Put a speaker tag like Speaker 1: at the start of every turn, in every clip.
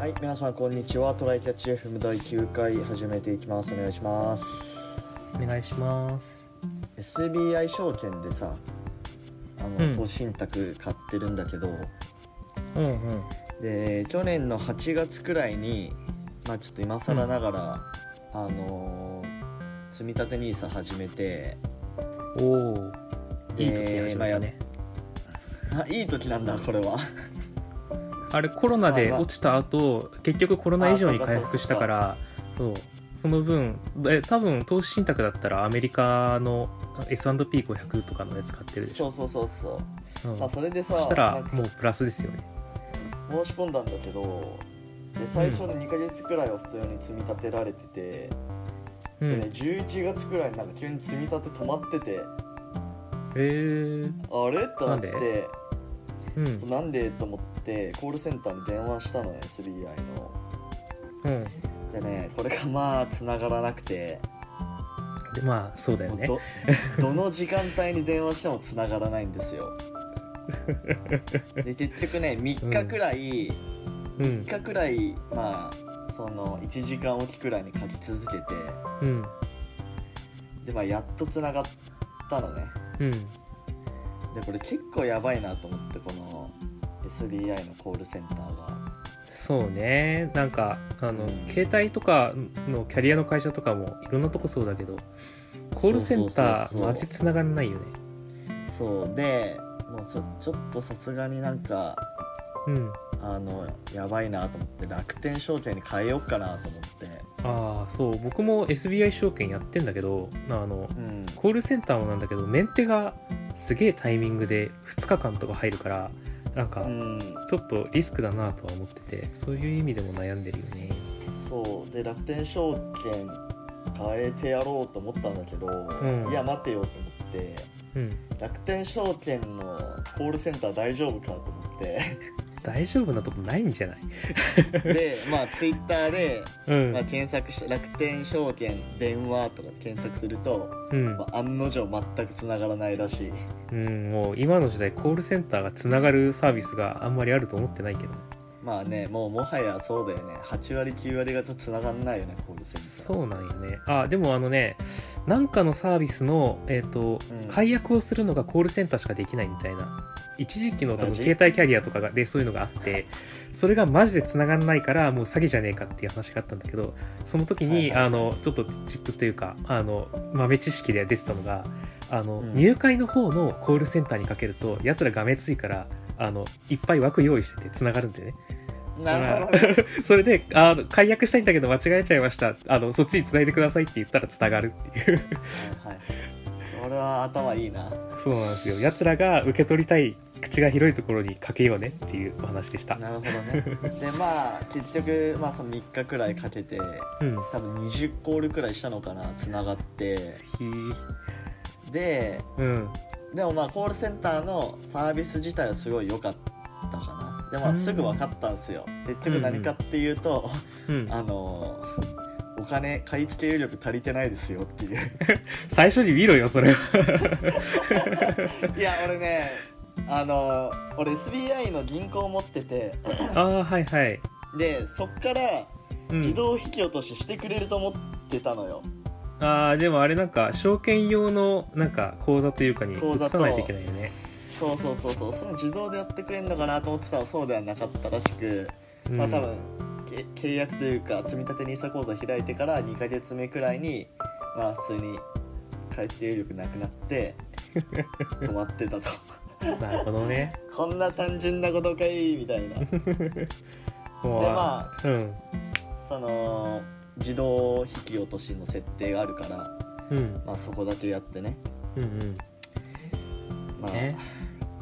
Speaker 1: はい、皆さんこんにちは。トライキャッチ FM 第9回始めていきます。お願いします。
Speaker 2: お願いします。
Speaker 1: SBI 証券でさ、あ
Speaker 2: う
Speaker 1: の
Speaker 2: ん
Speaker 1: 投資信託買ってるんだけど、
Speaker 2: うんうん。
Speaker 1: で去年の8月くらいに、まあちょっと今更ながら、あのー積み立て NISA 始めて、
Speaker 2: おお。いい時に
Speaker 1: で
Speaker 2: 始
Speaker 1: まあ
Speaker 2: め
Speaker 1: や
Speaker 2: た
Speaker 1: っ
Speaker 2: ね。
Speaker 1: あいい時なんだこれは。
Speaker 2: あれコロナで
Speaker 1: あまあ
Speaker 2: 落ちた後、結局コロナ以上に回復したから、そう。その分え多分投資信託だったらアメリカの S&P500 とかのやつ買ってるでしょ。
Speaker 1: そうそうそうそう。
Speaker 2: うん
Speaker 1: まあそれでさ
Speaker 2: そ、した
Speaker 1: な
Speaker 2: ら
Speaker 1: んか
Speaker 2: もうプラスですよね。
Speaker 1: 申し込んだんだけど、で最初の2ヶ月くらいは普通に積み立てられてて。
Speaker 2: うん。
Speaker 1: で
Speaker 2: へ
Speaker 1: ね、11月くらいになんか急に積み立て止まってて
Speaker 2: えー。
Speaker 1: あれと思って
Speaker 2: なんうん。
Speaker 1: そうなんでと思ってコールセンターに電話したのね 3i の
Speaker 2: うん。
Speaker 1: でねこれがまあ繋がらなくて、
Speaker 2: でまあそうだよ
Speaker 1: もう
Speaker 2: ね。
Speaker 1: どど の時間帯に電話しても繋がらないんですよで結局ね3日くらい、
Speaker 2: うん
Speaker 1: 3日くらいまあその1時間おきくらいに書き続けて
Speaker 2: うん
Speaker 1: でまあやっと繋がったのね
Speaker 2: うん。
Speaker 1: でこれ結構やばいなと思ってこの SBI のコールセンターが
Speaker 2: そうねなんかあの、
Speaker 1: うん
Speaker 2: 携帯とかのキャリアの会社とかもいろんなとこそうだけどコールセンタ
Speaker 1: そうそうそうそ
Speaker 2: ー
Speaker 1: う
Speaker 2: マジ繋がんないよね
Speaker 1: そうでもうそちょっとさすがになんか
Speaker 2: うん
Speaker 1: あのやばいなと思って楽天証券に変えようかなと思って
Speaker 2: ああそう僕も SBI 証券やってんだけどあの
Speaker 1: うん
Speaker 2: コールセンターもなんだけどメンテがすげえタイミングで2日間とか入るからなんか
Speaker 1: うん
Speaker 2: ちょっとリスクだなとは思っててそういう意味でも悩んでるよね
Speaker 1: そうで楽天証券変えてやろうと思ったんだけど、
Speaker 2: ん
Speaker 1: いや待てよと思って
Speaker 2: うん
Speaker 1: 楽天証券のコールセンター大丈夫かと思って
Speaker 2: 大丈夫なとこないんじゃない
Speaker 1: でまあツイッターで
Speaker 2: うん、
Speaker 1: まあ、検索した楽天証券電話とかで検索すると、
Speaker 2: うん
Speaker 1: まあ、案の定全く繋がらないらしい
Speaker 2: うん、もう今の時代コールセンターがつながるサービスがあんまりあると思ってないけど
Speaker 1: まあねもうもはやそうだよね8割9割方繋がんないよねコールセンター
Speaker 2: そうなんよねあでもあのねなんかのサービスの、えーと
Speaker 1: うん
Speaker 2: 解約をするのがコールセンターしかできないみたいな一時期の多
Speaker 1: マ
Speaker 2: 分
Speaker 1: ジ
Speaker 2: 携帯キャリアとかがでそういうのがあってそれがマジでつながんないからもう詐欺じゃねえかっていう話があったんだけどその時
Speaker 1: はい
Speaker 2: に、
Speaker 1: はいはい
Speaker 2: あのちょっとチップスというかあの豆知識で出てたのがあの、
Speaker 1: うん
Speaker 2: 入会の方のコールセンターにかけるとやつらがめついからあのいっぱい枠用意しててつながるんでね
Speaker 1: なるほどね
Speaker 2: それであの解約したいんだけど間違えちゃいましたあのそっちに繋いでくださいって言ったら繋がるっていう
Speaker 1: はいはい俺は頭いいな
Speaker 2: そうなんですよやつらが受け取りたい口が広いところにかけようねっていうお話でした
Speaker 1: なるほどねでまあ結局、まあ、その3日くらいかけて
Speaker 2: うん
Speaker 1: 多分20コールくらいしたのかな繋がって
Speaker 2: ひー
Speaker 1: で
Speaker 2: うん
Speaker 1: でもまあコールセンターのサービス自体はすごい良かったかなでもまあ
Speaker 2: うん
Speaker 1: すぐ分かったんですよ、結局何かっていうと、
Speaker 2: うん、
Speaker 1: あのーお金買い付け余力足りてないですよっていう
Speaker 2: 最初に見ろよそれは
Speaker 1: いや俺ねあのー俺 SBI の銀行を持ってて
Speaker 2: ああはいはい、
Speaker 1: でそっから
Speaker 2: うん
Speaker 1: 自動引き落とししてくれると思ってたのよ、
Speaker 2: ああでもあれなんか証券用のなんか口座というかに
Speaker 1: 口
Speaker 2: 移
Speaker 1: 座
Speaker 2: さ
Speaker 1: と
Speaker 2: ないといけないよね、
Speaker 1: そうそうそうそうその自動でやってくれるのかなと思ってたらそうではなかったらしく
Speaker 2: うん、
Speaker 1: まあ多分け契約というか積立 NISA 口座開いてから2ヶ月目くらいにまあ普通に買い付け有力なくなって 止まってたと
Speaker 2: なるほどね
Speaker 1: こんな単純なことかいみた いなで
Speaker 2: もう
Speaker 1: まあ
Speaker 2: うん
Speaker 1: その自動引き落としの設定があるから、
Speaker 2: うん
Speaker 1: まあ、そこだけやってね
Speaker 2: うんうん
Speaker 1: まあ
Speaker 2: ね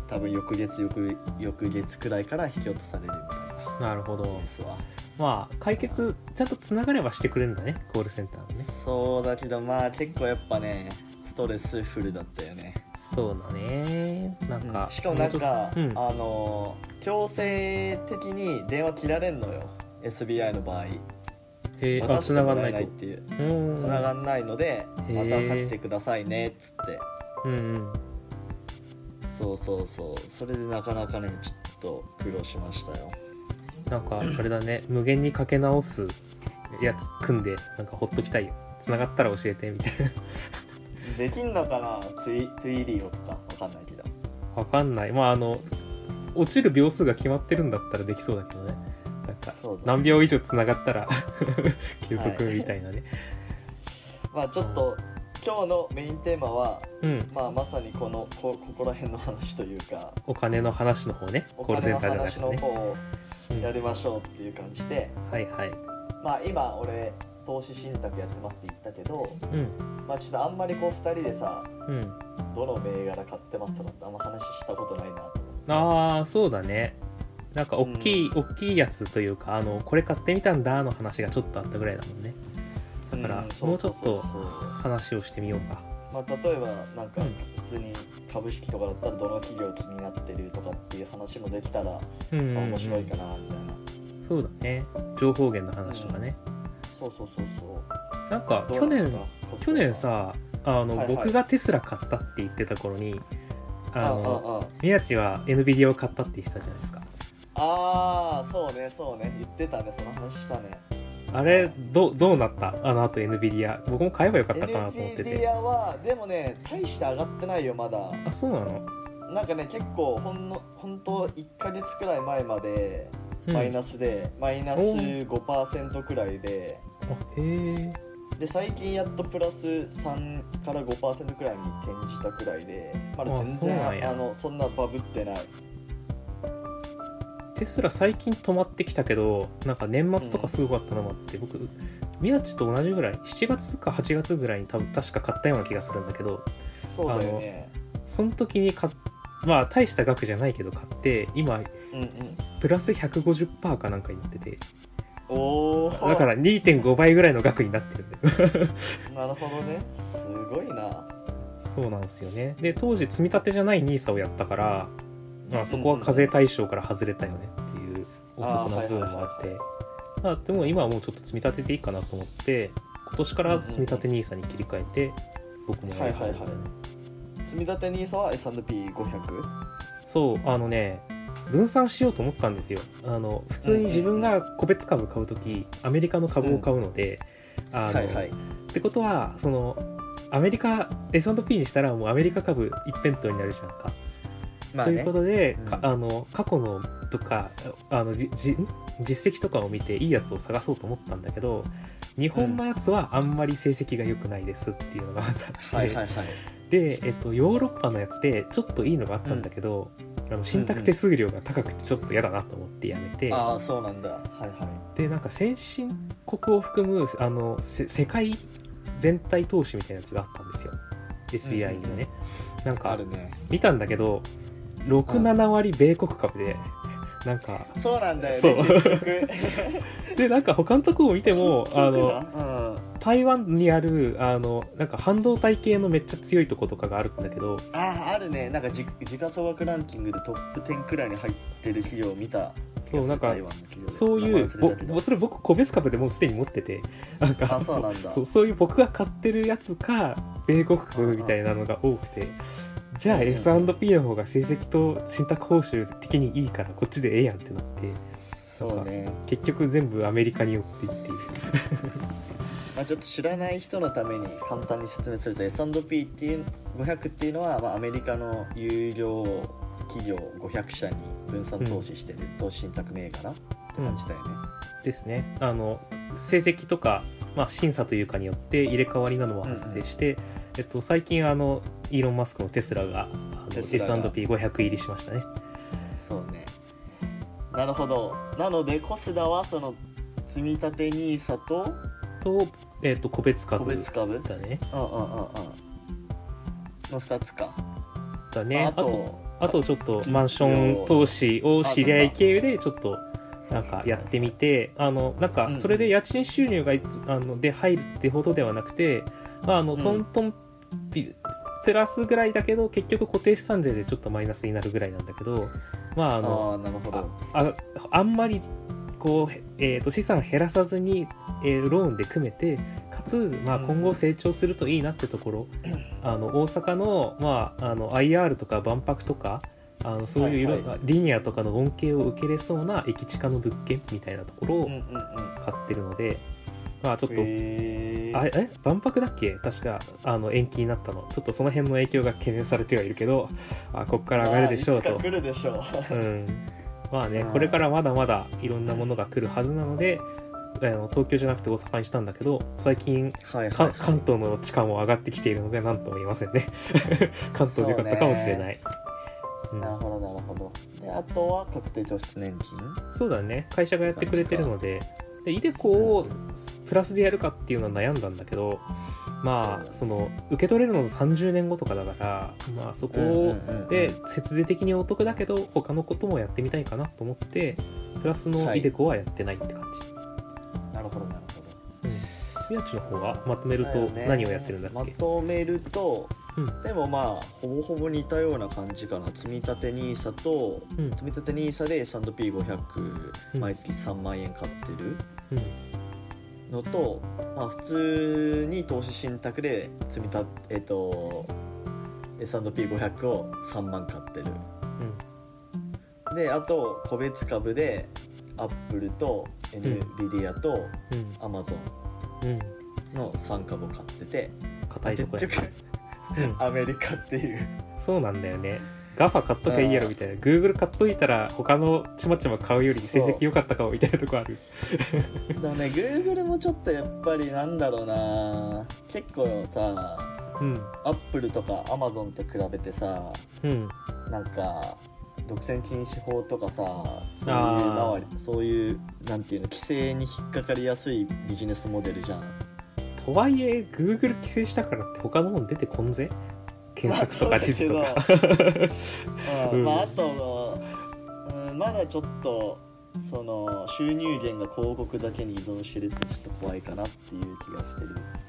Speaker 1: 多分翌月翌翌月くらいから引き落とされるみたいな
Speaker 2: なるほど
Speaker 1: ですわ
Speaker 2: まあ解決ちゃんとつながればしてくれるんだねコールセンターでね
Speaker 1: そうだけどまあ結構やっぱねストレスフルだったよね
Speaker 2: そうだねなんか、
Speaker 1: うんしかもなんか、
Speaker 2: うん
Speaker 1: あの強制的に電話切られんのよ SBI の場合
Speaker 2: えー、あ
Speaker 1: 渡して
Speaker 2: 繋
Speaker 1: も
Speaker 2: がん
Speaker 1: ら
Speaker 2: な
Speaker 1: え
Speaker 2: い
Speaker 1: ないっ
Speaker 2: と
Speaker 1: ていう
Speaker 2: うん
Speaker 1: 繋がんないので
Speaker 2: へ
Speaker 1: ま
Speaker 2: ー
Speaker 1: たかけてくださいねっつって
Speaker 2: うんうん
Speaker 1: そうそうそうそれでなかなかねちょっと苦労しましたよ
Speaker 2: なんかあれだね無限にかけ直すやつ組んでなんかほっときたいよ繋がったら教えてみたいな
Speaker 1: できんのかなツイツイリオとかわかんないけど
Speaker 2: わかんないまああの落ちる秒数が決まってるんだったらできそうだけどねなんか
Speaker 1: そうだね
Speaker 2: 何秒以上繋がったら 継続みたいなね、
Speaker 1: まあちょっと今日のメインテーマは、
Speaker 2: うん
Speaker 1: まあ、まさにこのこここら辺の話というか
Speaker 2: お金の話の方ね
Speaker 1: お
Speaker 2: コー
Speaker 1: 金
Speaker 2: ルセン
Speaker 1: の
Speaker 2: ターじゃな
Speaker 1: 話
Speaker 2: く
Speaker 1: の
Speaker 2: てね
Speaker 1: 方を
Speaker 2: うん
Speaker 1: やりましょうっていう感じで、
Speaker 2: はいはい
Speaker 1: まあ今俺投資信託やってますって言ったけど、
Speaker 2: うん
Speaker 1: まあ、ちょっとあんまりこう2人でさ
Speaker 2: うん
Speaker 1: どの銘柄買ってますとかってあんま話したことないなと思って
Speaker 2: ああそうだねなんか大きい、大きいやつというかあのこれ買ってみたんだの話がちょっとあったぐらいだもんねだから
Speaker 1: んそうそうそうそう
Speaker 2: 話をしてみようか
Speaker 1: まあ、例えばなんか
Speaker 2: うん
Speaker 1: 普通に株式とかだったらどの企業気になってるとかっていう話もできたら、
Speaker 2: うんうんうん
Speaker 1: まあ面白いかなみたいな、
Speaker 2: そうだね情報源の話とかね、
Speaker 1: そうそうそうそう
Speaker 2: なんか
Speaker 1: ど
Speaker 2: 去
Speaker 1: うなんです
Speaker 2: 年
Speaker 1: かコス
Speaker 2: 去
Speaker 1: モ
Speaker 2: 年さあの、
Speaker 1: はいはい
Speaker 2: 僕がテスラ買ったって言ってた頃にあ
Speaker 1: あ
Speaker 2: の
Speaker 1: ああ
Speaker 2: 宮地は NVIDIA を買ったって言ってたじゃないですか
Speaker 1: ああーそうねそうね言ってたねその話したね
Speaker 2: あれどうどうなったあのあと NVIDIA 僕も買えばよかったかなと思ってて
Speaker 1: NVIDIA はでもね大して上がってないよまだ
Speaker 2: あそうなの、
Speaker 1: なんかね結構ほんの本当1ヶ月くらい前まで
Speaker 2: うん、
Speaker 1: マイ
Speaker 2: あ
Speaker 1: ナスで、マイナス5%くらいで
Speaker 2: へえ
Speaker 1: で最近やっとプラス3から5%くらいに転じたくらいでまだ全
Speaker 2: あそうなん
Speaker 1: 然
Speaker 2: や
Speaker 1: あのそんなバブってない
Speaker 2: テスラ最近止まってきたけどなんか年末とかすごかったのもあって、僕宮地と同じぐらい7月か8月ぐらいに多分確か買ったような気がするんだけど
Speaker 1: そうだよね
Speaker 2: その時に買っまあ大した額じゃないけど買って今
Speaker 1: うんうん
Speaker 2: プラス150%かなんかになってて
Speaker 1: おお
Speaker 2: だから2.5倍ぐらいの額になってるんだよ
Speaker 1: なるほどねすごいな
Speaker 2: そうなんですよねで当時積み立てじゃない NISA をやったから、まあ、そこは課税対象から外れたよねっていうお得な部分もあ
Speaker 1: あーはい
Speaker 2: っ
Speaker 1: はいはい
Speaker 2: てまあでも今はもうちょっと積み立てていいかなと思って今年から積み立て NISA に切り替えて僕もやり始めた
Speaker 1: は
Speaker 2: ね
Speaker 1: いはいは積み立て NISA は S&P500
Speaker 2: そうあのね分散しようと思ったんですよあの普通に自分が個別株買う時アメリカの株を買うので、あの
Speaker 1: はいはい
Speaker 2: ってことはそのアメリカ S&P にしたらもうアメリカ株一辺倒になるじゃんか。
Speaker 1: まあ
Speaker 2: という
Speaker 1: ね
Speaker 2: ことで、
Speaker 1: うん
Speaker 2: かあの過去のとかあのじじ実績とかを見ていいやつを探そうと思ったんだけど日本のやつはあんまり成績が良くないですっていうのがまずあって、
Speaker 1: はいはいはい
Speaker 2: で、えっと、ヨーロッパのやつでちょっといいのがあったんだけど、あの信託手数料が高くてちょっと嫌だなと思ってやめて、
Speaker 1: ああそうなんだはいは
Speaker 2: でなんか先進国を含むあのせ世界全体投資みたいなやつがあったんですよ SBI のね、なん
Speaker 1: いあ
Speaker 2: か
Speaker 1: るね
Speaker 2: 見たんだけど67割米国株でなんか
Speaker 1: そうなんだよね
Speaker 2: そう
Speaker 1: 結局
Speaker 2: でなんか他のとこを見ても
Speaker 1: 結
Speaker 2: あ
Speaker 1: 局
Speaker 2: の
Speaker 1: なうん
Speaker 2: 台湾にあるあのなんか半導体系のめっちゃ強いとことかがあるんだけど
Speaker 1: あああるねなんかじ時価総額ランキングでトップ10くらいに入ってる企業を見た気が
Speaker 2: そ
Speaker 1: する
Speaker 2: うなんか
Speaker 1: 台湾の企業で
Speaker 2: そう
Speaker 1: 名
Speaker 2: い
Speaker 1: 前
Speaker 2: う
Speaker 1: 忘れたけど
Speaker 2: ぼそれ僕個別株でもうすでに持っててなんか
Speaker 1: あそうなんだ
Speaker 2: そうそういう僕が買ってるやつか米国株みたいなのが多くてじゃあ
Speaker 1: うんうん
Speaker 2: S&P の方が成績と信託報酬的にいいからこっちでええやんってなって
Speaker 1: そうね、
Speaker 2: 結局全部アメリカに寄っていっている
Speaker 1: まあ、ちょっと知らない人のために簡単に説明すると S&P っていう500っていうのは、まあ、アメリカの有料企業500社に分散投資してる投資信託銘柄って感じだよね、
Speaker 2: ですねあの成績とか、まあ、審査というかによって入れ替わりなのは発生して、えっと、最近あのイーロン・マスクのテスラがあの
Speaker 1: テスラが
Speaker 2: S&P500 入りしましたね
Speaker 1: そうねなるほどなのでコスダはその積み立て NISA と
Speaker 2: と,、えっと個別
Speaker 1: 個
Speaker 2: 株
Speaker 1: 別株
Speaker 2: だね
Speaker 1: うんうんうんうんの2つか、
Speaker 2: だね
Speaker 1: まあ
Speaker 2: あとあとちょっとマンシ
Speaker 1: 企
Speaker 2: ョ
Speaker 1: 業
Speaker 2: ン投資を知り合い経由でちょっとなんかやってみてあのなんか
Speaker 1: うん
Speaker 2: それで家賃収入がいつあので入るってほどではなくてまああの
Speaker 1: うん
Speaker 2: トントンピプラスぐらいだけど結局固定資産税でちょっとマイナスになるぐらいなんだけどまああの
Speaker 1: ああなるほど
Speaker 2: ああんまりこう、えー、と資産減らさずに、えーローンで組めてかつ、まあ、
Speaker 1: うん
Speaker 2: 今後成長するといいなってところ、あの大阪の,、まあ、あの IR とか万博とかあのそういういろ、
Speaker 1: はいは
Speaker 2: リニアとかの恩恵を受けれそうな駅地下の物件みたいなところを
Speaker 1: うんうんうん
Speaker 2: 買ってるので、まあちょっと、
Speaker 1: へー
Speaker 2: あえ万博だっけ確かあの延期になったのちょっとその辺の影響が懸念されてはいるけどあこっから上がるでしょう
Speaker 1: まあい
Speaker 2: と
Speaker 1: つか来るでしょう
Speaker 2: うん、まあね
Speaker 1: うん
Speaker 2: これからまだまだいろんなものが来るはずなのであの東京じゃなくて大阪にしたんだけど最近
Speaker 1: はいはい
Speaker 2: か
Speaker 1: はい
Speaker 2: 関東の地価も上がってきているので何とも言いませんね関東でよかったかもしれないそう,、
Speaker 1: なるほどなるほどであとは確定拠出年金
Speaker 2: ん、そうだね会社がやってくれてるのででイデコをプラスでやるかっていうのは悩んだんだけどまあ
Speaker 1: そう
Speaker 2: その受け取れるのと30年後とかだからまあそこ
Speaker 1: うん
Speaker 2: を
Speaker 1: うんうんうん
Speaker 2: で節税的にお得だけど他のこともやってみたいかなと思ってプラスの
Speaker 1: はい
Speaker 2: イデコはやってないって感
Speaker 1: なるほどなるほど
Speaker 2: じ、うん、宮地の方はまとめる
Speaker 1: だ
Speaker 2: と
Speaker 1: よね
Speaker 2: 何をやってるんだっ
Speaker 1: ま
Speaker 2: け、
Speaker 1: とめると、
Speaker 2: うん
Speaker 1: でもまあほぼほぼ似たような感じかな積み立て NISA と
Speaker 2: うん
Speaker 1: 積み立て NISA で S&P500
Speaker 2: うん
Speaker 1: 毎月3万円買ってる
Speaker 2: うん
Speaker 1: のと、まあ、普通に投資信託で積み立てえっ、と S&P500 を3万買ってる
Speaker 2: うん
Speaker 1: であと個別株でアップルと NVIDIA と
Speaker 2: うん
Speaker 1: アマゾ
Speaker 2: うん
Speaker 1: ンの3株買ってて、
Speaker 2: 硬いとこや
Speaker 1: 結局
Speaker 2: うん
Speaker 1: アメリカっていう
Speaker 2: そうなんだよね GAFA 買っときゃいいやろみたいな Google 買っといたら他のちまちま買うより成績良かったかもみたいなとこある
Speaker 1: でもね Google もちょっとやっぱりなんだろうな結構さ
Speaker 2: うん
Speaker 1: アップルとか Amazon と比べてさ
Speaker 2: うん
Speaker 1: なんか独占禁止法とかさそういう
Speaker 2: あー
Speaker 1: 周りそういうなんていうの規制に引っかかりやすいビジネスモデルじゃん
Speaker 2: とはいえ Google 規制したからって他のもん出てこんぜ検索と
Speaker 1: まあ
Speaker 2: か地図とか、
Speaker 1: そうう
Speaker 2: うん
Speaker 1: んまああと、うん、まだちょっとその収入源が広告だけに依存してるってちょっと怖いかなっていう気がしてる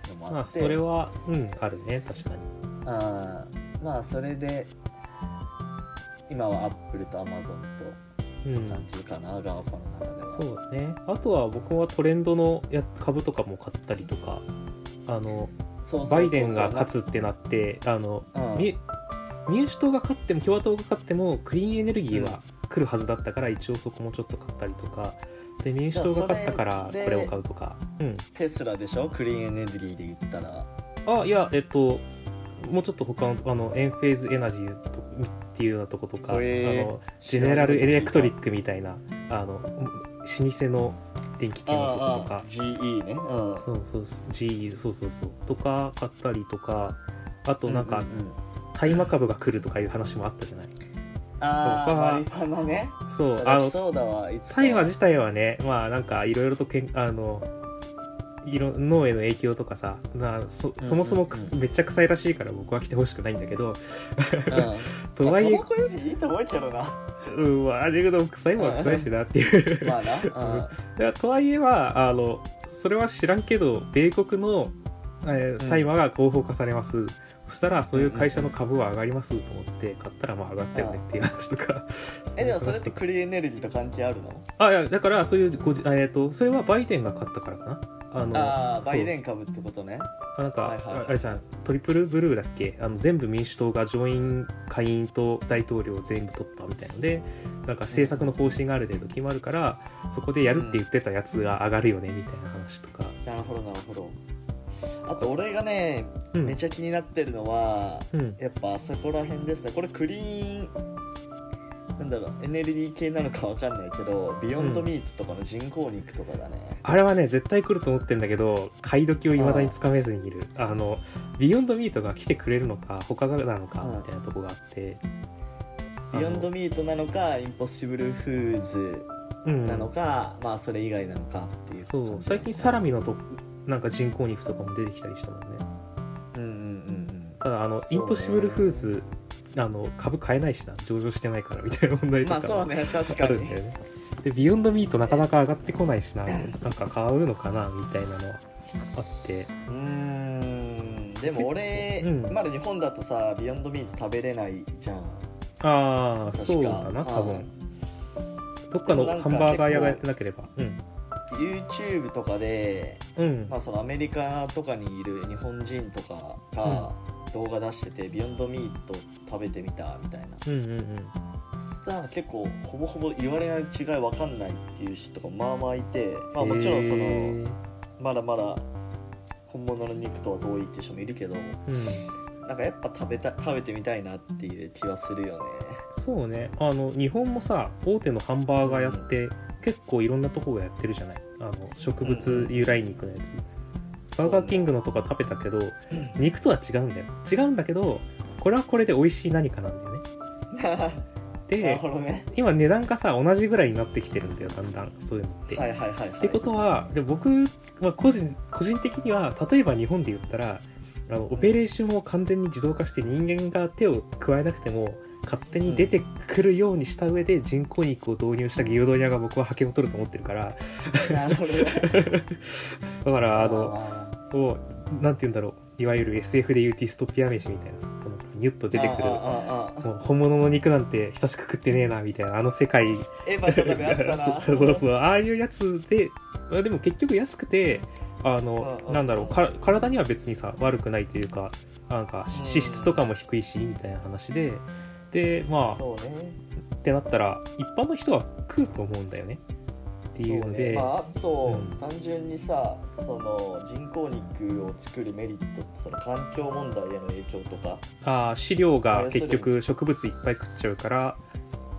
Speaker 1: のも
Speaker 2: ま
Speaker 1: あ
Speaker 2: あ
Speaker 1: って
Speaker 2: それはうんあるね確かに
Speaker 1: あーまあそれで今はアップルとアマゾン
Speaker 2: う
Speaker 1: と感
Speaker 2: ん
Speaker 1: じるかな、ガーファの中では
Speaker 2: そうだねあとは僕はトレンドのや株とかも買ったりとかあの
Speaker 1: そうそうそうそう
Speaker 2: バイデンが勝つってなってあの
Speaker 1: うん
Speaker 2: み民主党が勝っても共和党が勝ってもクリーンエネルギーは来るはずだったから一応そこもちょっと買ったりとかで民主党が勝ったから
Speaker 1: いや
Speaker 2: こ
Speaker 1: それ
Speaker 2: れ
Speaker 1: で
Speaker 2: を買うとか、うん、
Speaker 1: テスラでしょクリーンエネルギーで言ったら
Speaker 2: あいやえっともうちょっと他のあのエンフェーズエナジーとっていうようなとことか、
Speaker 1: へー
Speaker 2: あのジェネラルエレクトリックみたいなあの老舗の電気系のとこと
Speaker 1: ああ
Speaker 2: か
Speaker 1: GE ねうん
Speaker 2: そうそうそう GE そうそうそうとか買ったりとかあとなん
Speaker 1: う
Speaker 2: か
Speaker 1: ううん
Speaker 2: 大麻株が来るとかいう話もあったじゃない
Speaker 1: あ
Speaker 2: と
Speaker 1: あ
Speaker 2: か
Speaker 1: マリファナね
Speaker 2: そう
Speaker 1: そ
Speaker 2: あ
Speaker 1: りゃ
Speaker 2: の
Speaker 1: そうだわいつか
Speaker 2: 大麻自体はねまあなんかいろいろとけんあのいろ脳への影響とかさなそそもそもく
Speaker 1: う
Speaker 2: す
Speaker 1: んうんうん
Speaker 2: めっちゃ臭いらしいから僕は来てほしくないんだけど
Speaker 1: うん
Speaker 2: と
Speaker 1: まあ
Speaker 2: はいえ
Speaker 1: タバコよりいいと思うけど な
Speaker 2: うんまあだけど臭いもんは臭いしなっていう
Speaker 1: まあ な、
Speaker 2: だからとはいえはあのそれは知らんけど米国のえ
Speaker 1: う
Speaker 2: ー
Speaker 1: ん
Speaker 2: 大麻が合法化されます、そしたらそういう会社の株は上がりますと思って買ったらまあ上がったよねっていう話とか
Speaker 1: うん、えでもそれって
Speaker 2: ういう話とか
Speaker 1: クリーンエネルギーと関係あるの
Speaker 2: あいやだからそういうごじあえっ、とそれはバイデンが買ったからかなあの
Speaker 1: ああバイデ
Speaker 2: そ
Speaker 1: ン
Speaker 2: う
Speaker 1: 株ってことね
Speaker 2: あなんか、
Speaker 1: はいはいはい
Speaker 2: あれじゃんトリプルブルーだっけあの全部民主党が上院下院と大統領を全部取ったみたいのでなんか政策の方針がある程度決まるから、そこでやるって言ってたやつが上がるよねみたいな話とか、
Speaker 1: なるほどなるほどあと俺がね
Speaker 2: うん
Speaker 1: めちゃ気になってるのは、
Speaker 2: うん、
Speaker 1: やっぱそこら辺ですねこれクリーンなんだろうエネルギー系なのかわかんないけどビヨンドミーツとかの人工肉とかだね、
Speaker 2: あれはね絶対来ると思ってんだけど買い時をいまだにつかめずにいるあのビヨンドミートが来てくれるのか他がなのか
Speaker 1: うん
Speaker 2: みたいなとこがあって、
Speaker 1: ビヨンド
Speaker 2: ミ
Speaker 1: ミートなのかインポッシブルフーズ
Speaker 2: ー
Speaker 1: なのか、まあそれ以外なのかっていう
Speaker 2: そ
Speaker 1: 感
Speaker 2: う
Speaker 1: じだね
Speaker 2: 最近サラミのとなんか人工肉とかも出てきたりしたもんね
Speaker 1: うんうんうん
Speaker 2: ただあの、
Speaker 1: そうね
Speaker 2: インポッシブルフーズあの株買えないしな上場してないからみたいな問
Speaker 1: う
Speaker 2: 題
Speaker 1: ん
Speaker 2: と
Speaker 1: ま
Speaker 2: か
Speaker 1: あそうね確
Speaker 2: あ
Speaker 1: か
Speaker 2: る
Speaker 1: に
Speaker 2: んだよねでビヨンドミートなかなか上がってこないしななんか買うのかなみたいなのはあって
Speaker 1: うーんでも俺、
Speaker 2: うん
Speaker 1: まだ日本だとさビヨンドミーツ食べれないじゃん
Speaker 2: あ
Speaker 1: 確
Speaker 2: あ
Speaker 1: か
Speaker 2: そうだな多
Speaker 1: あ
Speaker 2: 分どっかの
Speaker 1: でもなん
Speaker 2: ハ
Speaker 1: か
Speaker 2: ンバーガー屋がやってなければうん
Speaker 1: YouTube とかで、
Speaker 2: うん
Speaker 1: まあ、そのアメリカとかにいる日本人とかが動画出してて、ビヨンドミート食べてみたみたいな
Speaker 2: うんうんうん
Speaker 1: ター結構ほぼほぼ言われない違いわかんないっていう人とかまあまあいて、まあ、もちろんそ
Speaker 2: へ
Speaker 1: の
Speaker 2: ー
Speaker 1: まだまだ本物の肉とは遠いって人もいるけど
Speaker 2: うん、
Speaker 1: なんかやっぱ食べた食べてみたいなっていう気はする よね
Speaker 2: そうねあの日本もさ大手のハンバーガーやって、結構いろんなとこがやってるじゃないあの植物由来肉のやつ、バーガーキングのとか食べたけど、肉とは違うんだよ違うんだけどこれはこれで美味しい何かなんだよね
Speaker 1: なる
Speaker 2: で
Speaker 1: ほどね
Speaker 2: 今値段がさ同じぐらいになってきてるんだよだんだんそういうのって、
Speaker 1: はいはいはいはい
Speaker 2: ってことはで僕、まあ、個人個人的には例えば日本で言ったらあのオペレーションを完全に自動化して人間が手を加えなくても勝手に出てくるようにした上で人工肉を導入した牛丼屋が僕は覇権を取ると思ってるから
Speaker 1: なるほどね
Speaker 2: だからあの
Speaker 1: あ
Speaker 2: こうなんて言うんだろういわゆる SF でいうディストピア飯みたいなこのニュッと
Speaker 1: ー
Speaker 2: 出てく
Speaker 1: あ
Speaker 2: る
Speaker 1: ーあーあー
Speaker 2: もう本物の肉なんて久しく食ってねえなみたいなあの世界
Speaker 1: エヴァとかであったな
Speaker 2: そうそうそうああいうやつでまあでも結局安くてあの
Speaker 1: うんうん
Speaker 2: なんだろうか体には別にさ悪くないというかなんかし
Speaker 1: うん
Speaker 2: 脂質とかも低いしみたいな話ででまあ
Speaker 1: そうね
Speaker 2: ってなったら一般の人は食うと思うんだよねっていう
Speaker 1: そう
Speaker 2: の
Speaker 1: ね
Speaker 2: で
Speaker 1: まあ、あと、
Speaker 2: う
Speaker 1: 単
Speaker 2: ん
Speaker 1: 純にさその人工肉を作るメリットってその環境問題への影響とか、
Speaker 2: あー飼料が結
Speaker 1: 要
Speaker 2: 局植物いっぱい食っちゃうから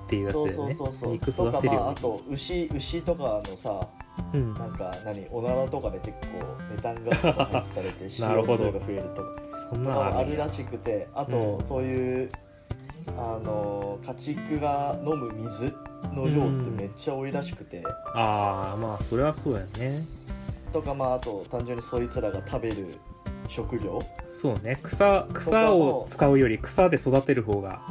Speaker 2: っていうやつだ
Speaker 1: そう
Speaker 2: よ
Speaker 1: そう
Speaker 2: ね
Speaker 1: そうそう
Speaker 2: 肉
Speaker 1: と
Speaker 2: 育
Speaker 1: か
Speaker 2: て
Speaker 1: ま
Speaker 2: る
Speaker 1: ああ
Speaker 2: よ
Speaker 1: と牛牛とかのさ
Speaker 2: うにうん
Speaker 1: なんか何おならとかで結構メタンガスが排出されて
Speaker 2: なるほど
Speaker 1: CO2 が増えるとか
Speaker 2: そんな
Speaker 1: とかも
Speaker 2: の
Speaker 1: あ
Speaker 2: あるん
Speaker 1: る
Speaker 2: や
Speaker 1: らしくてあと、
Speaker 2: うん
Speaker 1: そういうあの家畜が飲む水の量ってめっちゃ多いらしくて、
Speaker 2: あーまあそれはそうやね
Speaker 1: とかまああと単純にそいつらが食べる食料
Speaker 2: そうね草草を使うより草で育てる方が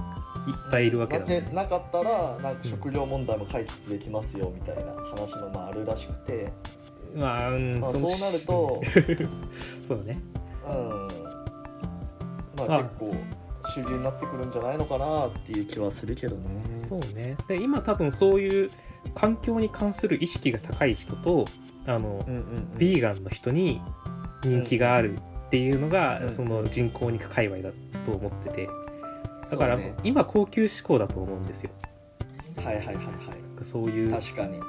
Speaker 2: いっぱいいるわけだもん
Speaker 1: な
Speaker 2: ね
Speaker 1: んてなかったらなんか食料問題も解決できますよみたいな話もまああるらしくて、
Speaker 2: まあ、うん
Speaker 1: まあ、そ
Speaker 2: の
Speaker 1: うなると、
Speaker 2: そうね
Speaker 1: うん、ま
Speaker 2: まあ
Speaker 1: あ結構主流になってくるんじゃないのかなっていう気はするけどね。
Speaker 2: そうねで今多分そういう環境に関する意識が高い人とあの、
Speaker 1: うんうんうん
Speaker 2: ビーガンの人に人気があるっていうのが、
Speaker 1: うん
Speaker 2: その人工肉界隈だと思っててだから、
Speaker 1: そうね
Speaker 2: 今高級志向だと思うんですよ
Speaker 1: はいはいはいは
Speaker 2: そういう
Speaker 1: い
Speaker 2: な
Speaker 1: 確かに
Speaker 2: ん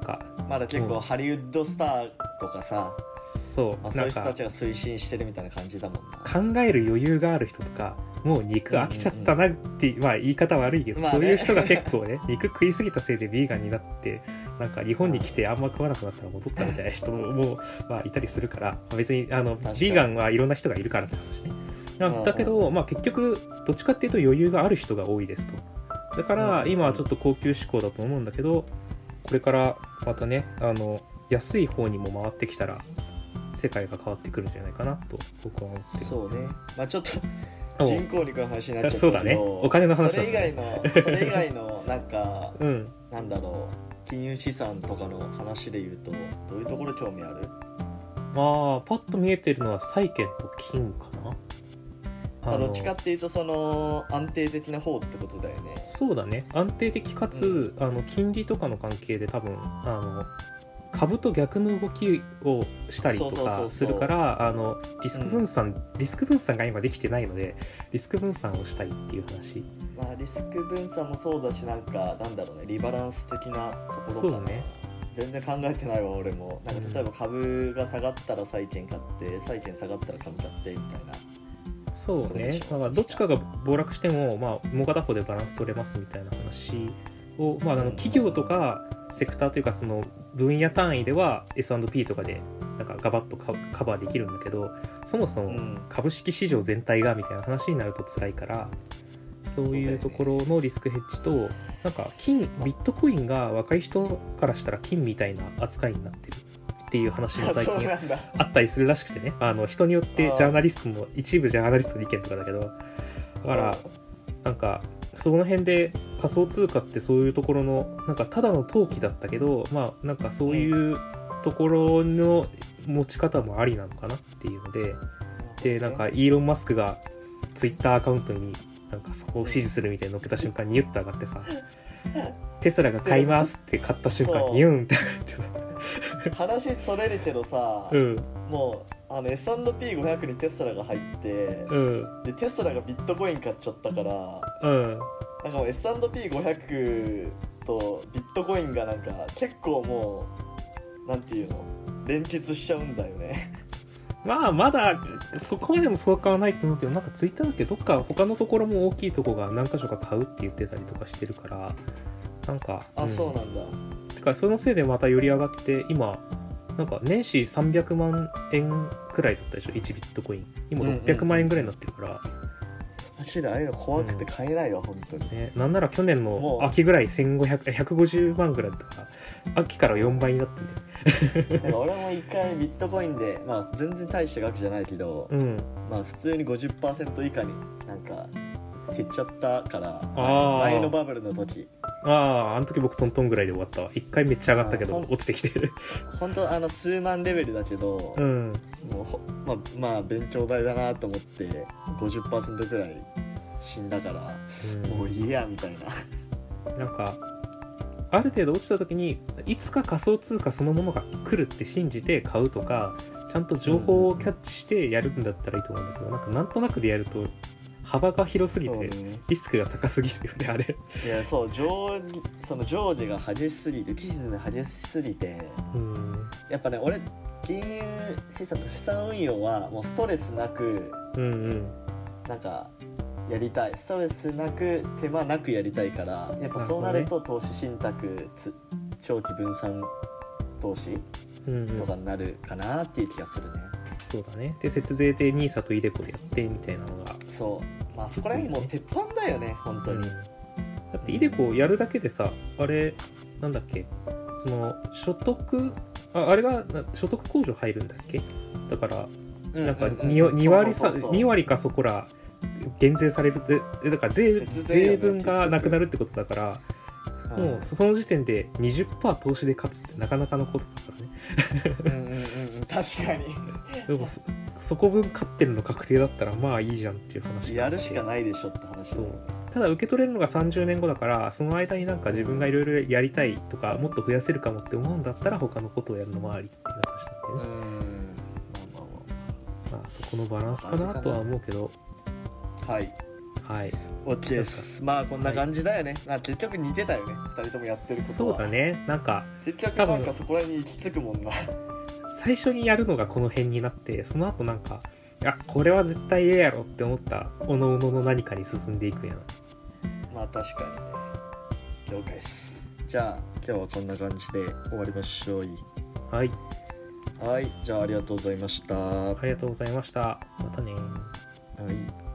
Speaker 2: か
Speaker 1: まだ結
Speaker 2: う
Speaker 1: 構
Speaker 2: ん
Speaker 1: ハリウッドスターとかさ、
Speaker 2: そう、
Speaker 1: まあ、そう
Speaker 2: ない
Speaker 1: うん人
Speaker 2: か
Speaker 1: たちが推進してるみたいな感じだもんな。
Speaker 2: 考える余裕がある人とかもう肉飽きちゃったなって、まあ言い方悪いけど、
Speaker 1: まあね
Speaker 2: そういう人が結構ね 肉食いすぎたせいでビーガンになってなんか日本に来てあんま食わなくなったら戻ったみたいな人も、 まあ、いたりするから、まあ別にあの
Speaker 1: 確かに
Speaker 2: ビーガンはいろんな人がいるからって話ねな
Speaker 1: うんうん
Speaker 2: だけど、まあ、結局どっちかっていうと余裕がある人が多いですとだか
Speaker 1: うんうん
Speaker 2: ら
Speaker 1: うん
Speaker 2: 今はちょっと高級志向だと思うんだけどこれからまたねあの安い方にも回ってきたら世界が変わってくるんじゃないかなと僕は思ってる
Speaker 1: そうね、まあ、ちょっと
Speaker 2: お
Speaker 1: 人工肉の話になっちゃったけど
Speaker 2: そうだねお金の話
Speaker 1: そ
Speaker 2: だ
Speaker 1: れ以外のそれ以外のなんか
Speaker 2: うん
Speaker 1: なんだろう金融資産とかの話で言うとどういうところ興味ある
Speaker 2: まあパッと見えてるのは債券と金かな
Speaker 1: まあ
Speaker 2: の
Speaker 1: どっちかっていうとその安定的な方ってことだよね
Speaker 2: そうだね安定的かつ、あの金利とかの関係で多分あの株と逆の動きをしたり
Speaker 1: そ
Speaker 2: と
Speaker 1: うそうそうそ
Speaker 2: か
Speaker 1: う
Speaker 2: するからあのリスク分散、リスク分散が今できてないのでリスク分散をしたいっていう話
Speaker 1: まあリスク分散もそうだしなんかなんだろうねリバランス的なとこ
Speaker 2: そう
Speaker 1: ろ
Speaker 2: だ
Speaker 1: かな、
Speaker 2: ね
Speaker 1: 全然考えてないわ俺もなん
Speaker 2: うん
Speaker 1: か例えば株が下がったら債券買って債券下がったら株買ってみたいな
Speaker 2: そう
Speaker 1: これで
Speaker 2: ね
Speaker 1: しょ
Speaker 2: だからどっちかが暴落しても、まあ、もう片方でバランス取れますみたいな話を、まあ、あの企業とかセクターというかその分野単位では S&P とかでなんかガバッとカカバーできるんだけどそもそうも
Speaker 1: ん
Speaker 2: 株式市場全体がみたいな話になると辛いからそう
Speaker 1: そうだ
Speaker 2: い
Speaker 1: よ
Speaker 2: う
Speaker 1: ね
Speaker 2: ところのリスクヘッジと、なんか金ビットコインが若い人からしたら金みたいな扱いになってるっていう話も
Speaker 1: あ
Speaker 2: 最
Speaker 1: そう
Speaker 2: 近
Speaker 1: なんだ
Speaker 2: あったりするらしくてねあの人によって
Speaker 1: あー
Speaker 2: ジャーナリストの一部ジャーナリストの意見とかだけどだからなんかその辺で仮想通貨ってそういうところのなんかただの投機だったけどまあなんかそういうところの持ち方もありなのかなっていうのででなんかイーロン・マスクがツイッターアカウントになんかそこを支持するみたいに載っけた瞬間にニュッと上がって さ「テスラが買います」って買った瞬間
Speaker 1: そう
Speaker 2: にニュンって上がってさ
Speaker 1: 話それるけどさ、
Speaker 2: うん
Speaker 1: もうあの S&P500 にテスラが入って、
Speaker 2: うん
Speaker 1: でテスラがビットコイン買っちゃったから
Speaker 2: うん
Speaker 1: なんかもう S&P500 とビットコインがなんか結構もうなんていうの連結しちゃうんだよね
Speaker 2: まあまだそこまでもそう変わらないと思うけどなんかツイッターだっけどっか他のところも大きいとこが何か所か買うって言ってたりとかしてるからなんか
Speaker 1: あ、
Speaker 2: うん
Speaker 1: そうなんだ
Speaker 2: てかそのせいでまたより上がって今なんか年始300万円くらいだったでしょ1ビットコイン今
Speaker 1: うんうん
Speaker 2: 600万円ぐらいになってるから、
Speaker 1: マジでああいうの怖くて買えないわ、本当 に
Speaker 2: ね、なんなら去年の
Speaker 1: もう
Speaker 2: 秋ぐらい1500 150万ぐらいだったから秋から4倍になってんだよ
Speaker 1: なんか俺も一回ビットコインでまあ全然大した額じゃないけど、
Speaker 2: うん
Speaker 1: まあ普通に50%以下になんか減っちゃったから
Speaker 2: あー
Speaker 1: 前のバブルの時
Speaker 2: あああの時僕トントンぐらいで終わったわ1回めっちゃ上がったけど
Speaker 1: あほん
Speaker 2: 落ちてきて
Speaker 1: 本当あの数万レベルだけど、
Speaker 2: うん
Speaker 1: もうほまあまあ勉強代だなと思って50%くらい死んだから、
Speaker 2: うん
Speaker 1: もういいやみたいな
Speaker 2: なんかある程度落ちた時にいつか仮想通貨そのものが来るって信じて買うとかちゃんと情報をキャッチしてやるんだったらいいと思うんだけどなんかなんとなくでやると幅が広すぎ
Speaker 1: そう
Speaker 2: て
Speaker 1: ね
Speaker 2: リスクが高すぎるよねあれ、
Speaker 1: いやそう上その上下が激しすぎて期日が激しすぎて
Speaker 2: うん、
Speaker 1: やっぱね俺金融資産と資産運用はもうストレスなく
Speaker 2: うんうん
Speaker 1: なんかやりたいストレスなく手間なくやりたいからやっぱそうなると投資信託つ長期分散投資
Speaker 2: うんうん
Speaker 1: とかになるかなっていう気がするね、
Speaker 2: そうだねで節税で NISA とイデコでやってみたいなのが
Speaker 1: そうまあそこら辺もう鉄板だよね本当に、
Speaker 2: だってイデコやるだけでさあれなんだっけその所得ああれがな所得控除入るんだっけだから
Speaker 1: う
Speaker 2: なんか
Speaker 1: うう
Speaker 2: 2, 二割さ
Speaker 1: そうそうそう
Speaker 2: 二割かそこら減税されるええだから税
Speaker 1: 節税よね
Speaker 2: 税分がなくなるってことだから、
Speaker 1: うん
Speaker 2: もうその時点で20%投資で勝つってなかなかのことだからね
Speaker 1: うんうんうんうん確か に
Speaker 2: でもそそこ分勝ってるの確定だったらまあいいじゃんっていう話
Speaker 1: やるしか
Speaker 2: い
Speaker 1: ないでしょって話だ
Speaker 2: そ
Speaker 1: よ
Speaker 2: う
Speaker 1: ね
Speaker 2: ただ受け取れるのが30年後だからその間になんか自分がいろいろやりたいとかもっと増やせるかもって思うんだったら他のことをやるのもありっていう話なんでね
Speaker 1: う、んまあま
Speaker 2: まあ、そこのバランスかなとは思うけど
Speaker 1: あまあはい
Speaker 2: はい
Speaker 1: OK ですまあこんな感じだよね、まあ結局似てたよね2人ともやってること
Speaker 2: そ
Speaker 1: は
Speaker 2: うだねなんか
Speaker 1: 結局なんかそこら辺に行き着くもんな
Speaker 2: 最初にやるのがこの辺になってその後なんかいやこれは絶対ええやろって思ったおのおのの何かに進んでいくんやな
Speaker 1: まあ確かにね了解ですじゃあ今日はこんな感じで終わりましょうい
Speaker 2: はい
Speaker 1: はいじゃあありがとうございました、は
Speaker 2: ありがとうございましたまたね
Speaker 1: い